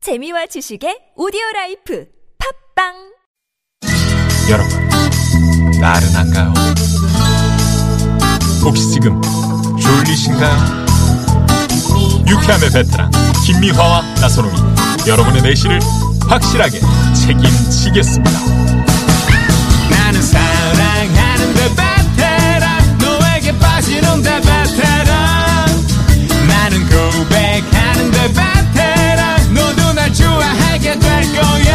재미와 지식의 오디오 라이프 팝빵 여러분, 나른한가요? 혹시 지금 졸리신가요? 유쾌함의 베테랑 김미화와 나선홍이 여러분의 내실을 확실하게 책임지겠습니다. 나는 사랑하는데 베테랑 너에게 빠지는데 베테랑 나는 고백하는데 베테랑 너도 날 좋아하게 될 거야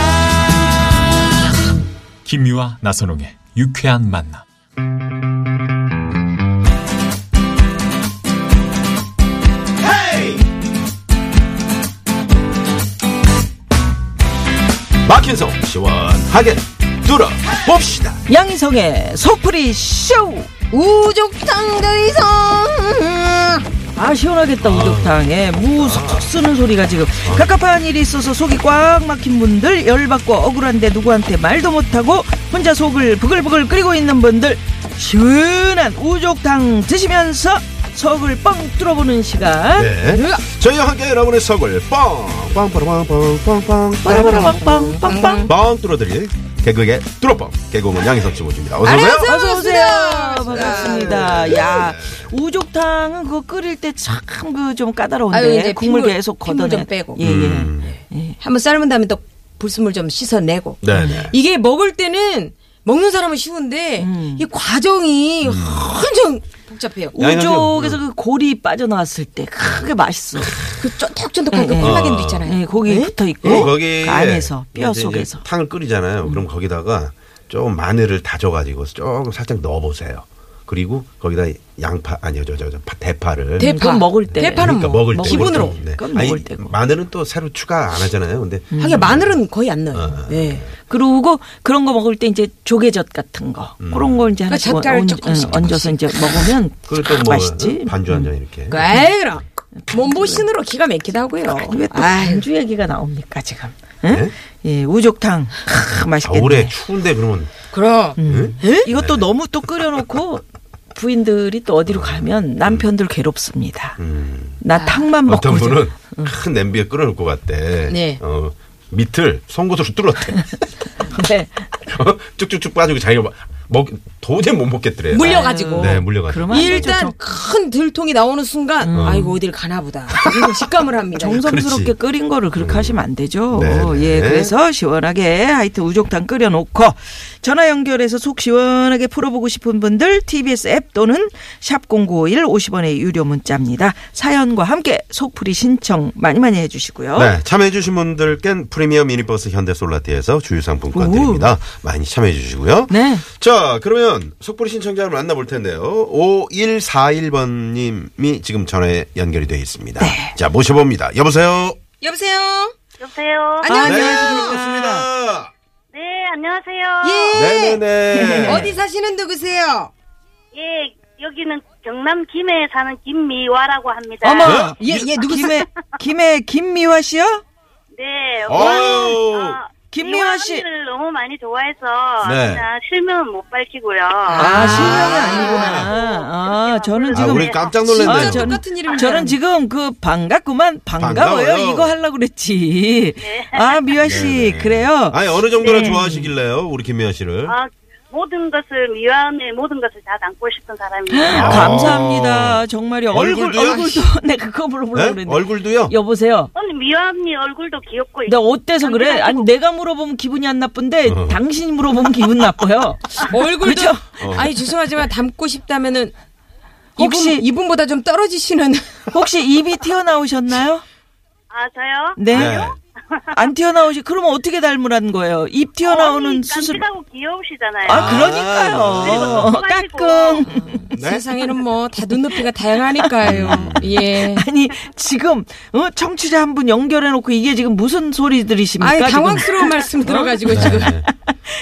김미화 나선홍의 유쾌한 만남. 막힌 속 시원하게 뚫어봅시다. 양희성의 속풀이 쇼 우족탕 대성 아 시원하겠다 우족탕에 무속 쓰는 소리가 지금 갑갑한 일이 있어서 속이 꽉 막힌 분들 열받고 억울한데 누구한테 말도 못하고 혼자 속을 부글부글 끓이고 있는 분들 시원한 우족탕 드시면서 속을 뻥 뚫어보는 시간 네. 저희와 함께 여러분의 속을 뻥, 빵빵빵빵빵빵 빵빵빵빵빵 빵 뚫어드릴 개그의 뚫어뻥 개그우먼 양희석 씨 모십니다. 어서 오세요. 안녕하세요. 어서 오세요. 반갑습니다. 음. 반갑습니다. 야 우족탕은 그거 끓일 때 참 그 좀 까다로운데 아유, 이제 국물 핏물, 계속 걷어내. 핏물 좀 빼고. 예, 예. 음. 한번 삶은 다음에 또 불순물 좀 씻어내고. 네네. 이게 먹을 때는 먹는 사람은 쉬운데 음. 이 과정이 음. 엄청 복잡해요. 양이 나죠? 우족에서 그 고리 빠져나왔을 때 크게 맛있어. 그 쫀득쫀득한 그 콜라겐도 있잖아요. 네? 예, 고기 붙어 있고 뭐 거기 네, 그 안에서 뼈 속에서. 음. 탕을 끓이잖아요. 그럼 거기다가 조금 마늘을 다져가지고 조금 살짝 넣어보세요. 그리고 거기다 양파 아니요 저저 저, 파- 대파를 대- 대파. 그건 먹을 때. 대파는 그러니까 뭐, 먹을 때 기본으로. 네. 그건 아니, 먹을 때고. 음. 마늘은 또 새로 추가 안 하잖아요. 근데 하긴 마늘은 거의 안 넣어요. 어. 예. 그리고 그런 거 먹을 때 이제 조개젓 같은 거 음. 그런 걸 이제 하나씩 젓갈을 얹- 조금씩, 응, 얹어서 이제 먹으면 그걸 또 참 뭐 아, 맛있지. 음. 반주 한 잔 이렇게. 그 에이, 그럼. 몸보신으로 기가 막히다 하고요. 왜또 아유, 안주 얘기가 나옵니까 지금? 응? 예, 우족탕 크, 맛있겠네. 네? 겨울에 추운데 그러면 그럼. 음. 이것도 너무 또 끓여놓고 부인들이 또 어디로 가면 남편들 괴롭습니다. 나 탕만 음, 먹고 음. 어떤 이제 분은 큰 냄비에 끓여놓을 것 같대. 네. 어, 밑을 송곳으로 뚫었대. 네. 어? 쭉쭉쭉 빠지고 자기가 막 먹, 도저히 못 먹겠더래요. 물려가지고. 네, 물려가지고. 그러면 일단 큰 들통이 나오는 순간, 음. 아이고, 어딜 가나 보다. 이런 직감을 합니다. 정성스럽게 그렇지. 음. 끓인 거를 그렇게 하시면 안 되죠. 네네. 예, 그래서 시원하게 하여튼 우족탕 끓여놓고 전화 연결해서 속 시원하게 풀어보고 싶은 분들 TBS 앱 또는 샵 #0951 50원의 유료 문자입니다. 사연과 함께 속풀이 신청 많이 많이 해주시고요. 네, 참여해주신 분들께는 프리미엄 미니버스 현대솔라티에서 주유상품권 오. 드립니다. 많이 참여해주시고요. 네. 자, 그러면 속보리 신청자를 만나볼 텐데요. 5141번님이 지금 전화에 연결이 되어 있습니다. 네. 자, 모셔봅니다. 여보세요? 네, 여보세요? 여보세요. 안녕하세요. 반갑습니다. 네, 안녕하세요. 네. 예. 네네네. 어디 사시는 누구세요? 예. 여기는 경남 김해에 사는 김미화라고 합니다. 어머, 네? 예, 예, 누구세요? 김해 김해 김미화 씨요? 네. 어우. 오늘, 아, 김미화 미화 씨. 언니를 너무 많이 좋아해서 네. 그냥 실명은 못 밝히고요. 아, 실명이 실명은 아니구나. 아, 저는 아, 지금 우리 깜짝 놀랐네요. 아, 전- 저는, 똑같은 이름이잖아요. 저는 지금 그 반갑구만 반가워요. 반가워요. 이거 하려고 그랬지. 네. 아, 미화 씨 그래요. 아니, 어느 정도나 좋아하시길래요, 우리 김미아 씨를. 아, 모든 것을 미화 언니의 모든 것을 다 담고 싶은 사람이에요. 아. 감사합니다. 정말이 얼굴 얼굴도요? 얼굴도 내가 그거 물어보려고 네? 그랬는데. 얼굴도요? 여보세요. 언니 미화 언니 얼굴도 귀엽고 나 어때서 그래? 아니 내가 물어보면 기분이 안 나쁜데 어. 당신이 물어보면 기분 나빠요. 얼굴도 어. 그죠? 아니 죄송하지만 닮고 싶다면은 혹시- 이분, 이분보다 좀 떨어지시는 혹시 입이 튀어나오셨나요? 아, 저요? 네. 네. 안 튀어나오시. 그러면 어떻게 닮으라는 거예요? 입 튀어나오는 언니 수술. 깜찍하고 귀여우시잖아요. 아, 그러니까요. 아, 네. 까꿍. 네? 세상에는 뭐 다 눈높이가 음. 다양하니까요. 예. 아니, 지금, 어, 청취자 한 분 연결해놓고 이게 지금 무슨 소리들이십니까? 아니 그러니까 지금? 네. 당황스러운 말씀 들어가지고 지금 네,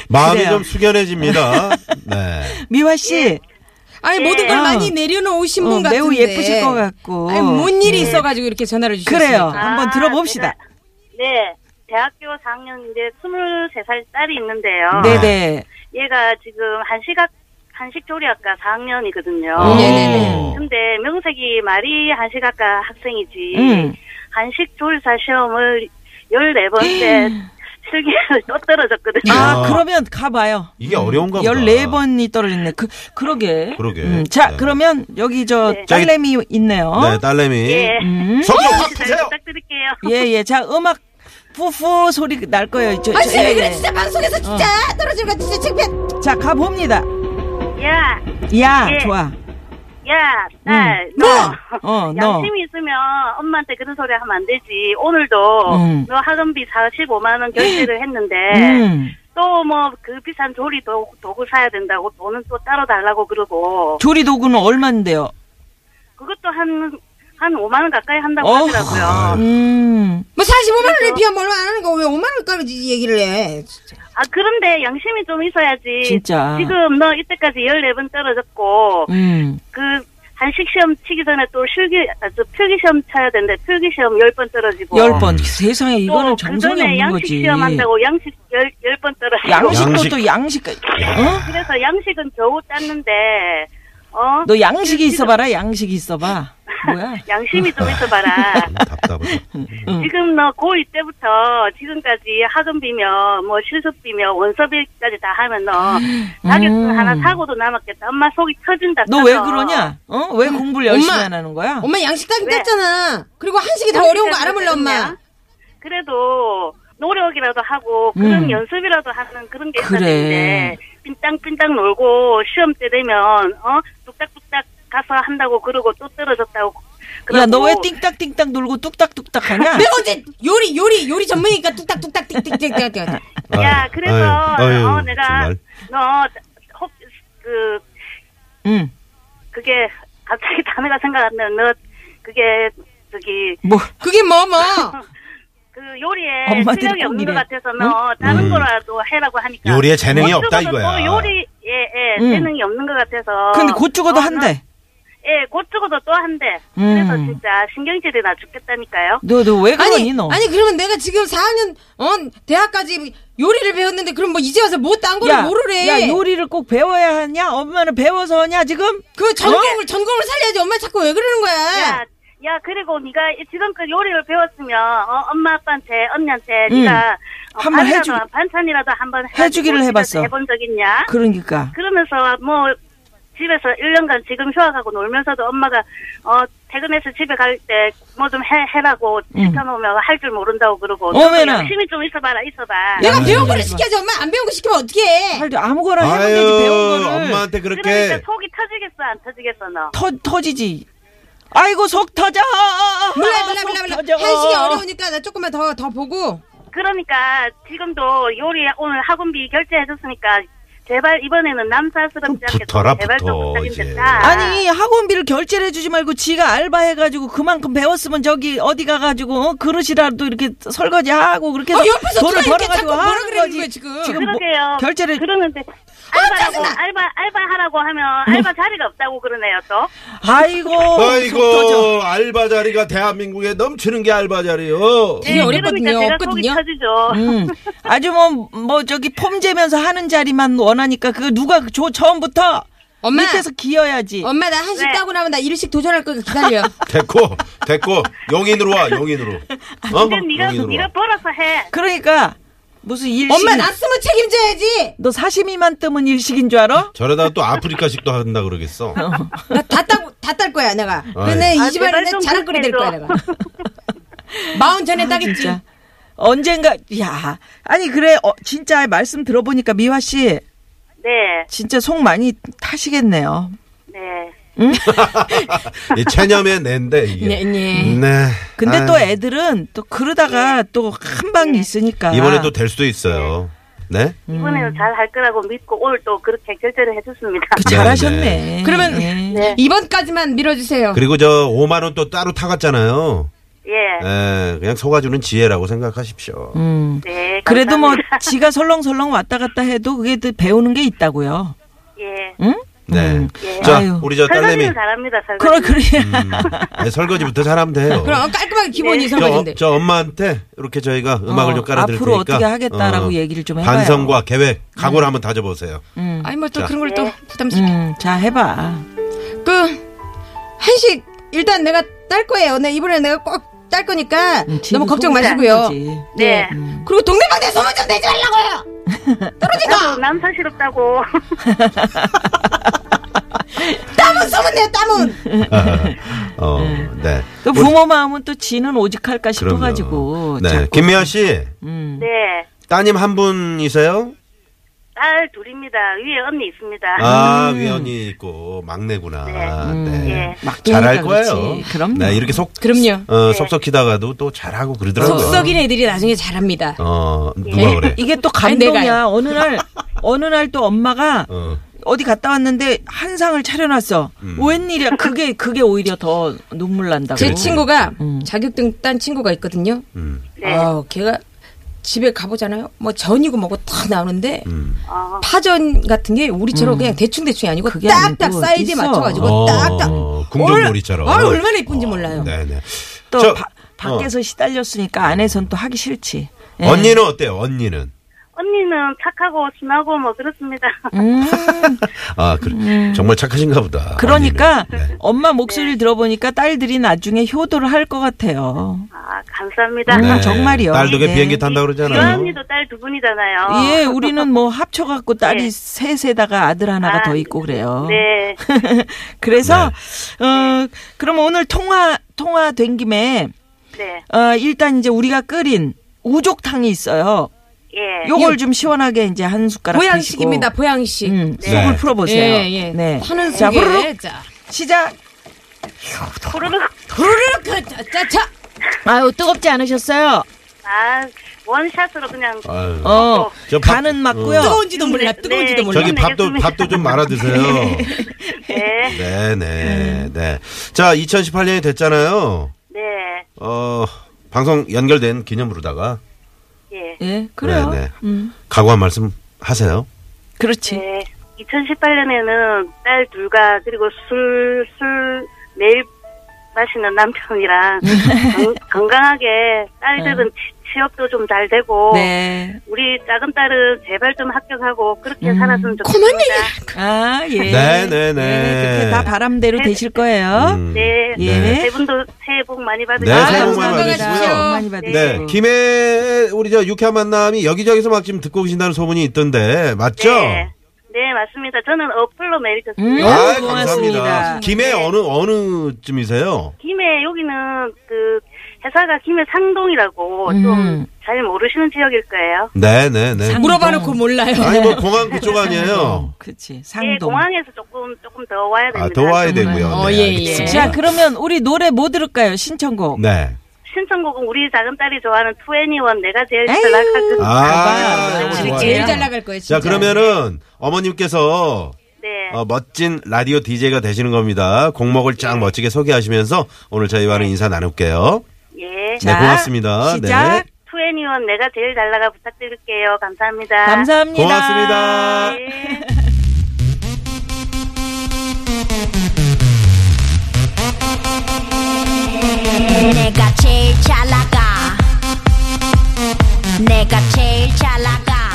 마음이 그래요. 좀 숙연해집니다. 네. 미화 씨, 아니 모든 걸 어. 많이 내려놓으신 어, 분 같은데 매우 예쁘실 것 같고. 예. 아니 뭔 일이 있어가지고 이렇게 전화를 주셨어요. 그래요. 한번 아, 들어봅시다. 네. 대학교 4학년인데 23살 딸이 아. 있는데요. 네네. 얘가 지금 한식학 한식조리학과 4학년이거든요. 어. 네네네. 근데 명색이 말이 한식학과 학생이지 음. 한식조리사 시험을 14번째 음. 실기를 또 떨어졌거든요. 아, 그러면 가봐요. 네. 이게 어려운가 보다. 14번이 떨어졌네. 그, 그러게. 음, 그러게. 자, 네. 그러면 여기 저 네. 딸내미 있네요. 네, 어, 딸내미. 예. 음. 소리 확 잘 주세요. 부탁드릴게요. 예, 예. 자, 음악 푸푸 소리 날 거예요. 저, 아, 저, 진짜 예, 왜 그래? 예. 진짜 방송에서 진짜 떨어지는 거 진짜 창피해. 자, 가봅니다. 야, 야, 예. 좋아. 야, 딸, 음. 음. 너. 어, 너. 양심이 있으면 엄마한테 그런 소리 하면 안 되지. 오늘도 음. 너 학원비 45만원 결제를 했는데, 음. 또 뭐 그 비싼 조리 도, 도구 사야 된다고 돈은 또 따로 달라고 그러고, 조리 도구는 얼마인데요? 그것도 한, 한 5만원 가까이 한다고 어후. 아. 하더라고요. 음. 뭐 45만 원에 비하면 얼마 안 하는 거 왜 5만 원까지 얘기를 해? 진짜. 아, 그런데 양심이 좀 있어야지. 진짜. 지금 너 이때까지 14번 떨어졌고, 음. 그, 한식 시험 치기 전에 또 실기, 아, 저 필기 시험 쳐야 되는데, 필기 시험 10번 떨어지고. 열 번. 세상에 또 이거는 그 정성이 전에 없는 양식 거지. 시험 한다고 양식 열, 열번 떨어지고. 양식도 양식. 또 양식. 어? 그래서 양식은 겨우 땄는데, 어? 너 양식이 있어봐라. 양식이 있어봐. 뭐야? 양심이 좀 있어봐라. 음, 답답해. 음. 지금 너 고2 때부터 지금까지 학원비며, 뭐 실습비며, 원서비까지 다 하면 너 자격증 하나 사고도 남았겠다. 엄마 속이 터진다. 음. 너 왜 떠서. 그러냐? 어? 왜 공부를 열심히 엄마. 안 하는 거야? 엄마 양식까지 왜? 땄잖아. 그리고 한식이 더 어려운 거 양식까지 알아볼래 엄마. 땄냐? 그래도 노력이라도 하고 그런 음. 연습이라도 하는 그런 게 그래. 있었는데 빈땅빈땅 놀고 시험 때 되면 어 뚝딱뚝딱 가서 한다고 그러고 또 떨어졌다고 야, 너 왜 그러고 네. 띵딱띵딱 놀고 뚝딱뚝딱 하냐? 내가 언제 요리 요리 요리 전문이니까 뚝딱뚝딱 띡띡띡띡 야, 그래서 아유, 아유, 어, 내가 정말. 너그 응. 그게 갑자기 단어가 생각 안 나는 너 그게 저기 뭐, 그게 뭐 뭐. 그 요리에 엄마들이 실력이 꼭 없는 이래. 것 같아서 너 다른 음. 거라도 해라고 하니까 요리에 재능이 뭐 없다, 죽어도 이거야. 또 요리 예예 음. 재능이 없는 것 같아서 근데 곧 죽어도 어, 한대. 너- 예, 곧 죽어도 또 한대. 음. 그래서 진짜 신경질이 나 죽겠다니까요. 너, 너 왜 그러니, 아니 너? 아니 그러면 내가 지금 4학년 어 대학까지 요리를 배웠는데 그럼 뭐 이제 와서 뭐 딴 거를 모르래. 야, 요리를 꼭 배워야 하냐? 엄마는 배워서 하냐, 지금? 그 전공을 전공을 살려야지 엄마 자꾸 왜 그러는 야, 네. 거야? 야, 그리고 네가 지금껏 요리를 배웠으면 어, 엄마 아빠한테 언니한테 음. 네가 어, 한번 밥이라도, 해주- 반찬이라도 한번 해가지고 해주기를 집에서 해봤어. 뭐 해본 적 있냐? 그러니까. 그러면서 뭐 집에서 1년간 지금 휴학하고 놀면서도 엄마가 어 퇴근해서 집에 갈 때 뭐 좀 해라고 시켜놓으면 할 줄 모른다고 그러고 음. 어머나. 예. 열심히 좀 있어봐라 있어봐 내가 배운 거를 시켜야지 엄마 안 배운 거 시키면 어떻게 그- 해? 할때 아무거나 해본 되지, 배운 아유, 거를. 엄마한테 그러니까 그렇게. 속이 터지겠어 안 터지겠어 너 터, 터지지. 아이고, 속 터져! 몰라 몰라 몰라 속 몰라. 터져. 한식이 어려우니까 나 조금만 더 더 보고. 그러니까 지금도 요리 오늘 학원비 결제해줬으니까 제발 이번에는 남사스럽지 않게 붙어라, 제발 붙어, 좀 이제. 부탁인다 아니 학원비를 결제를 해주지 말고 지가 알바해가지고 그만큼 배웠으면 저기 어디 가가지고 어, 그릇이라도 이렇게 설거지하고 그렇게 해서 어, 옆에서 돈을 누가 이렇게 벌어가지고 자꾸 뭐라 하는 그러는 거지 거야, 지금. 뭐 그러게요 결제를 아, 그러는데 알바라고 짜증나. 알바 알바하라고 하면 알바 자리가 없다고 그러네요 또 아이고 아이고, 속 터져. 알바 자리가 대한민국에 넘치는 게 알바 자리요. 되게 예, 어렵거든요. 그러니까 제가 속이 없거든요. 터지죠 음, 아주 뭐, 뭐, 저기, 폼 재면서 하는 자리만 원하니까, 그, 누가, 저, 처음부터, 엄마. 밑에서 기어야지. 엄마 나 한식 네. 따고 나면 나 일식 도전할 거니까 기다려. 됐고, 됐고, 용인으로 와, 용인으로. 어? 근데 그러니까 네가 네가 벌어서 해 그러니까, 무슨 일식. 엄마 나 쓰면 책임져야지. 너 사시미만 뜨면 일식인 줄 알아? 저러다가 또 아프리카식도 한다 그러겠어. 나 다 따고 다 딸 거야 내가. 아이. 근데 아, 이 집안에 제발 내 좀 자랑거리 될 거야 그렇게 내가. 마흔 전에 따겠지. 아, 진짜. 언젠가, 야 아니, 그래, 어, 진짜 말씀 들어보니까, 미화씨, 네, 진짜 속 많이 타시겠네요. 네. 이 예, 체념의 낸데, 이게. 네, 음. 네. 네. 근데 아유, 또 애들은 또 그러다가 또 한 방이 있으니까. 이번에 또 될 수도 있어요. 네? 이번에는 잘 할 거라고 믿고 오늘 또 그렇게 결제를 해줬습니다. 그 네, 잘하셨네. 네. 그러면 예. 네. 이번까지만 밀어주세요. 그리고 저 5만원 또 따로 타갔잖아요. 예. 네. 에, 그냥 속아주는 지혜라고 생각하십시오. 음, 네. 그래도 뭐 감사합니다. 지가 설렁설렁 왔다 갔다 해도 그게 또 배우는 게 있다고요. 예. 응? 네. 음. 자, 아유. 우리 저 딸내미. 설거지는 잘합니다. 설거지. 그래 그래. 음, 아니, 설거지부터 잘하면 돼요. 그럼 어, 깔끔하게 기본이 네. 저, 설거지인데. 저 엄마한테 이렇게 저희가 음악을 어, 좀 깔아드릴 앞으로 테니까 어떻게 하겠다라고 얘기를 좀 해봐요. 반성과 계획, 각오를 한번 다져보세요. 아니 뭐 또 자. 그런 걸 또 네. 부담스럽게. 음, 자 해봐. 그 한식 일단 내가 딸 거예요. 내 이번에 내가 꼭 짤 거니까 음, 집은 너무 걱정 소문이 마시고요. 나는 거지. 네. 그리고 동네방네 소문 좀 내지 말라고요. 나도 남사 싫었다고. 땀은 소문 내요, 땀은. 음. 어, 네. 그 부모 마음은 또 지는 오직할까 그럼요. 싶어가지고. 네. 자꾸- 김미아 씨, 음. 네. 따님 한 분이세요? 딸 둘입니다. 위에 언니 있습니다. 아, 위원이 있고 막내구나. 네. 네. 예. 막둥이니까 잘할 거예요. 그렇지. 그럼요. 네. 네, 이렇게 속 그럼요. 어, 섭섭히다가도 또 잘하고 그러더라고요. 속썩인 애들이 나중에 잘합니다. 어, 누가 그래? 이게 또 안 돼가요. 감동이야. 어느 날, 어느 날 또 엄마가 어. 어디 갔다 왔는데 한 상을 차려놨어. 음. 웬일이야. 그게, 그게 오히려 더 눈물 난다고. 제 친구가 자격증 딴 친구가 있거든요. 음. 네. 아, 걔가 집에 가보잖아요. 뭐 전이고 뭐고 탁 나오는데 음. 어, 파전 같은 게 우리처럼 그냥 대충 대충이 아니고 음. 그게 딱딱 아니고 사이즈에 있어. 맞춰가지고 어, 딱딱. 궁전놀이처럼. 얼- 아, 얼마나 이쁜지 몰라요. 네, 네. 또 저- 바- 밖에서 시달렸으니까 안에선 또 하기 싫지. 예. 언니는 어때요? 언니는? 언니는 착하고 순하고 뭐 그렇습니다. 음. 아, 그, 정말 착하신가 보다. 그러니까 언니는. 네. 엄마 목소리를 들어보니까 딸들이 나중에 효도를 할 것 같아요. 아, 감사합니다. 음, 정말이요. 네. 딸도 걔 네. 비행기 탄다 그러잖아요. 이 언니도 딸 두 분이잖아요. 예, 우리는 뭐 합쳐갖고 딸이 네. 셋에다가 아들 하나가 아, 더 있고 그래요. 네. 그래서 네. 어 그럼 오늘 통화 통화된 김에 네. 어 일단 이제 우리가 끓인 우족탕이 있어요. 예. 요걸 좀 시원하게 네. 이제 한 숟가락 보양식입니다, 보양식. 드시고. 음, 네. 속을 풀어보세요. 예, 예. 네. 하는 자, 후루룩 속에 자, 시작. 호로록. 후루룩 자, 자, 자. 아유 뜨겁지 않으셨어요? 아, 원샷으로 그냥. 아유. 어 저 밥- 간은 맞고요. 어. 뜨거운지도 몰라, 뜨거운지도 네. 몰라. 저기 밥도, 내겠습니다. 밥도 좀 말아 드세요. 네. 네, 네, 네. 자, 2018년이 됐잖아요. 네. 어, 방송 연결된 기념으로다가. 예. 예 그래요. 네, 네. 음 각오한 말씀 하세요. 그렇지. 네. 2018년에는 딸 둘과 그리고 술, 술 매일 마시는 남편이랑 건- 건강하게 네. 딸들은 치- 취업도 좀 잘 되고 네. 우리 작은 딸은 제발 좀 합격하고 그렇게 음. 살았으면 그만 좋겠습니다. 아 예. 네, 네, 네. 그렇게 다 바람대로 되실 거예요. 음. 네. 예. 네. 세 분도 새해 복 많이 받으세요. 네, 아, 새해 복 많이 감사합니다. 받으시고요. 복 많이 받으시고. 네, 김해 우리 저 유쾌한 만남이 여기저기서 막 지금 듣고 계신다는 소문이 있던데 맞죠? 네. 네, 맞습니다. 저는 어플로 메일 음, 줬습니다. 아, 고맙습니다. 감사합니다. 김해 어느 어느 쯤이세요? 김해 여기는 그 회사가 김해 상동이라고 좀 음. 잘 모르시는 지역일 거예요. 네, 네, 네. 물어봐놓고 몰라요. 아니 뭐 공항 그쪽 아니에요? 그렇지. 예, 상동. 공항에서 조금 조금 더 와야 됩니다. 아, 더 와야 되고요. 어, 네, 예, 알겠습니다. 예. 자, 그러면 우리 노래 뭐 들을까요? 신청곡. 네. 신청곡은 우리 작은 딸이 좋아하는 21 내가 제일 에이. 잘 나가는 아, 봐봐. 너무 지금 좋아요. 제일 잘 나갈 거예요, 진짜. 자, 그러면은 어머님께서 네. 어, 멋진 라디오 DJ가 되시는 겁니다. 곡목을 네. 쫙 멋지게 소개하시면서 오늘 저희와는 인사 나눌게요. 예. 자, 네, 고맙습니다. 시작. 네. 21 내가 제일 잘 나가 부탁드릴게요. 감사합니다. 감사합니다. 고맙습니다. 예. 내가 제일 잘 나가 내가 제일 잘 나가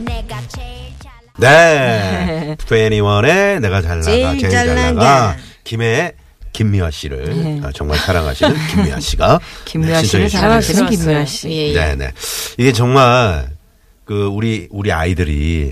내가 제일 잘 나가 네. 21의 내가 잘 나가, 제일, 제일 잘, 잘 나가. 나가. 김혜의 김미화 씨를 아, 정말 사랑하시는 김미화 씨가 네. 김미아 네, 씨를 신청해 사랑하시는 주셨네요. 김미아 씨. 예, 예. 네, 네. 이게 정말 그 우리 우리 아이들이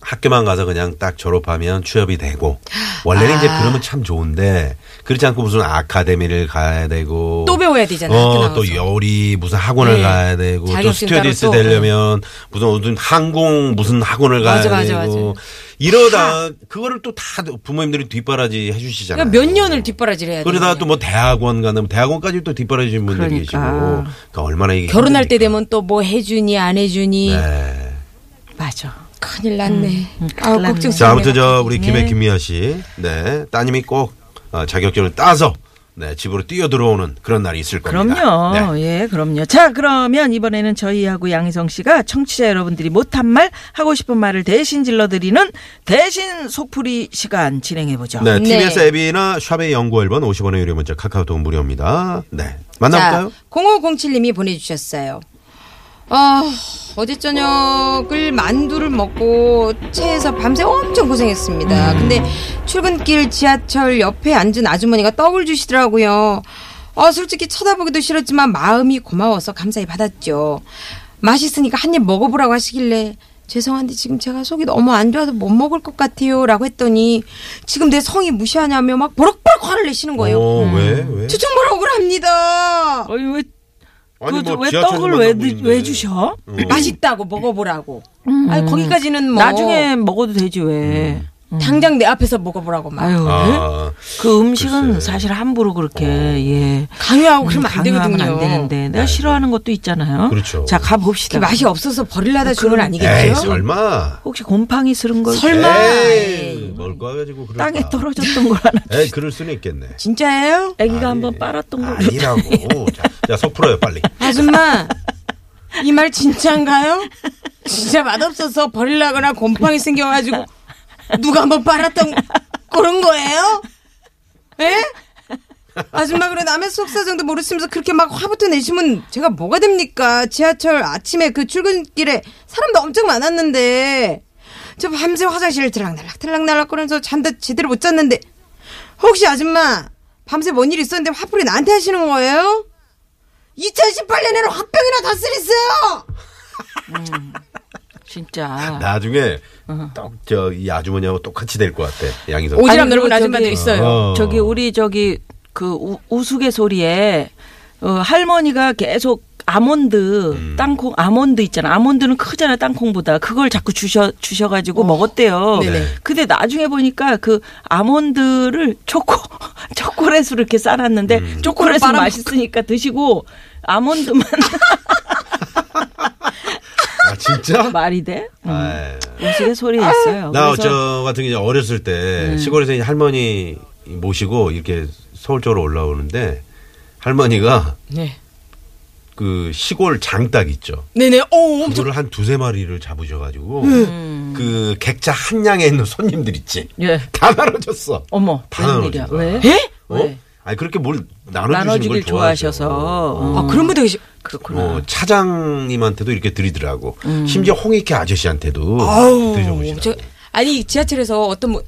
학교만 가서 그냥 딱 졸업하면 취업이 되고 원래는 아. 이제 그러면 참 좋은데 그렇지 않고 무슨 아카데미를 가야 되고 또 배워야 되잖아요. 학교 어, 나와서. 또 요리 무슨 학원을 네. 가야 되고 또 자격증 스튜어디스 따로 또. 예. 되려면 무슨 무슨 항공 무슨 학원을 가야 맞아, 맞아, 되고 맞아. 이러다 그거를 또 다 부모님들이 뒷바라지 해주시잖아요. 그러니까 몇 년을 뒷바라지를 해야 돼. 그러다 또 뭐 대학원 가는 뭐 대학원까지 또 뒷바라지는 분들 그러니까. 계시고 그러니까 얼마나 이게 결혼할 때 힘드니까. 되면 또 뭐 해주니 안 해주니 네. 맞아. 큰일 났네. 음, 큰일 아우 났네. 걱정. 자, 아무튼 저 우리 김해 김미아 씨, 네 따님이 꼭 어, 자격증을 따서 네 집으로 뛰어 들어오는 그런 날이 있을 겁니다. 그럼요. 네. 예, 그럼요. 자, 그러면 이번에는 저희하고 양희성 씨가 청취자 여러분들이 못한 말, 하고 싶은 말을 대신 질러드리는 대신 속풀이 시간 진행해보죠. 네, 네. TBS 앱이나 샵의 연구 앨범 50원의 유료 문자 카카오톡 무료입니다. 네, 만나볼까요? 자, 0507님이 보내주셨어요. 아, 어제 저녁을 만두를 먹고 체해서 밤새 엄청 고생했습니다. 음. 근데 출근길 지하철 옆에 앉은 아주머니가 떡을 주시더라고요. 어, 솔직히 쳐다보기도 싫었지만 마음이 고마워서 감사히 받았죠. 맛있으니까 한 입 먹어보라고 하시길래 죄송한데 지금 제가 속이 너무 안 좋아서 못 먹을 것 같아요. 라고 했더니 지금 내 성이 무시하냐며 막 버럭버럭 화를 내시는 거예요. 어, 음. 왜? 왜? 저 정말 억울합니다. 아니 왜, 아니, 그, 뭐 왜 지하철에서 떡을 왜, 만나고 드- 있는데. 왜 주셔? 어. 맛있다고 먹어보라고. 아니 거기까지는 뭐 음. 나중에 먹어도 되지 왜? 당장 내 앞에서 먹어보라고 막 아유, 음. 아, 그 음식은 글쎄. 어. 사실 함부로 그렇게 예. 강요하고 어, 그러면 안 강요하면 되거든요. 안 되는데 내가 싫어하는 것도 있잖아요. 네. 그렇죠. 자 그게 가봅시다. 맛이 없어서 버릴라다 준 건 네? 그렇죠? 에이, 아니겠죠? 설마. 혹시 곰팡이 쓰는 걸 설마. 에이, 뭘 꺼가지고 그럴까. 땅에 떨어졌던 걸 하나. 에이, 그럴 수는 있겠네. 진짜예요? 아기가 아, 아니, 한번 빨았던 걸. 아니라고. 자, 자, 속 풀어요, 빨리. 아줌마 이 말 진짜인가요? 진짜 맛없어서 버릴라거나 곰팡이 생겨가지고 누가 한번 빨았던 그런 거예요? 예? 아줌마 그래 남의 속 사정도 모르시면서 그렇게 막 화부터 내시면 제가 뭐가 됩니까? 지하철 아침에 그 출근길에 사람도 엄청 많았는데 저 밤새 화장실을 들락날락 들락날락 거리면서 잠도 제대로 못 잤는데 혹시 아줌마 밤새 뭔 일 있었는데 화풀이 나한테 하시는 거예요? 2018년에는 화병이나 다스리세요! 진짜. 나중에 떡, 저, 이 아주머니하고 똑같이 될 것 같아. 양희성. 오지랖 아니, 넓은 그리고 아줌마들 저기- 있어요. 어. 저기 우리 저기 그 우, 우스갯소리에 어, 할머니가 계속 아몬드 음. 땅콩 아몬드 있잖아 아몬드는 크잖아 땅콩보다 그걸 자꾸 주셔 주셔가지고 먹었대요. 어. 네네. 근데 나중에 보니까 그 아몬드를 초코 초콜릿으로 이렇게 싸놨는데 음. 초콜릿은 빨아먹- 맛있으니까 드시고 아몬드만 아, 진짜? 말이 돼? 음. 아이. 우스갯소리 있어요. 나, 그래서 음. 저 같은 경우 어렸을 때 시골에서 이제 할머니 모시고 이렇게 서울 쪽으로 올라오는데 할머니가 네. 그 시골 장닭 있죠. 네네, 어, 오, 엄청. 그거를 한 두세 마리를 잡으셔가지고 음. 그 객자 한 양에 있는 손님들 있지. 예 다 나눠줬어. 어머 다 웬일이야 나눠준다. 왜? 예? 어? 아니 그렇게 뭘 나눠주시는 걸 나눠주길 좋아하셔서 좋아하셔. 어. 아, 그런 분들 계시, 그렇구나. 음. 어, 차장님한테도 이렇게 드리더라고. 심지어 홍익희 아저씨한테도 드셔보시라고. 저, 아니, 지하철에서 어떤 뭐,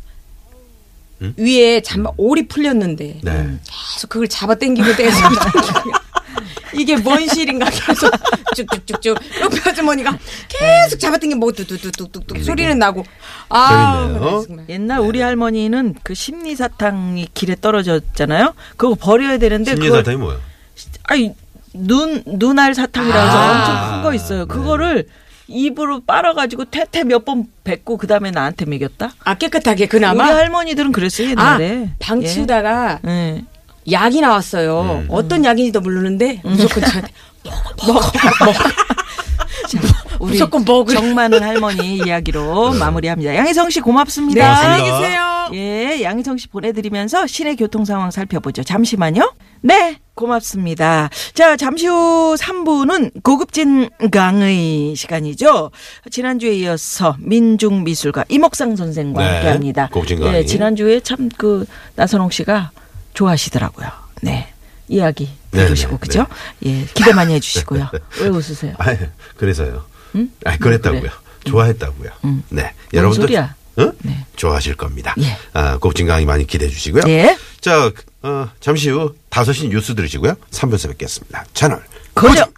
위에 잠바, 올이 풀렸는데. 네. 계속 그걸 잡아 당기고 떼서 이게 뭔 실인가 계속 쭉쭉쭉쭉 옆에 아주머니가 계속 잡아 당기고 뭐 뚝뚝뚝뚝뚝 소리는 나고 아 재밌네요. 그래, 정말. 옛날 우리 할머니는 그 심리 사탕이 길에 떨어졌잖아요. 그거 버려야 되는데 그걸 심리사탕이 뭐야? 아니 눈 눈알 사탕이라서 아. 엄청 큰 거 있어요. 그거를 입으로 빨아가지고 퇴퇴 몇 번 뱉고 그 다음에 나한테 먹였다. 아 깨끗하게 우리 그나마 할머니들은 그랬어요 아 옛날에. 방 예. 치우다가 예. 약이 나왔어요 네. 어떤 약인지도 모르는데 무조건 저한테 먹어 먹어 먹어 우리 무조건 먹으 정많은 할머니 이야기로 마무리합니다. 양희성 씨 네 고맙습니다. 안녕히 계세요 예, 양희성 씨 보내드리면서 시내 교통 상황 살펴보죠. 잠시만요. 네, 고맙습니다. 자, 잠시 후 3부는 고급진 강의 시간이죠. 지난주에 이어서 민중미술가 이목상 선생과 네, 함께 합니다. 고급진 강의. 예, 지난주에 참 그 나선홍 씨가 좋아하시더라고요. 네. 이야기 네, 들으시고, 네, 그죠? 예, 기대 많이 해주시고요. 왜 웃으세요? 아, 그래서요. 아, 그랬다고요. 그래. 좋아했다고요. 네, 여러분들 소리야? 응? 네. 좋아하실 겁니다. 예. 아, 곱진 강의 많이 기대해 주시고요. 예. 자, 어, 잠시 후 5시 뉴스 들으시고요. 3분에서 뵙겠습니다. 채널 고정!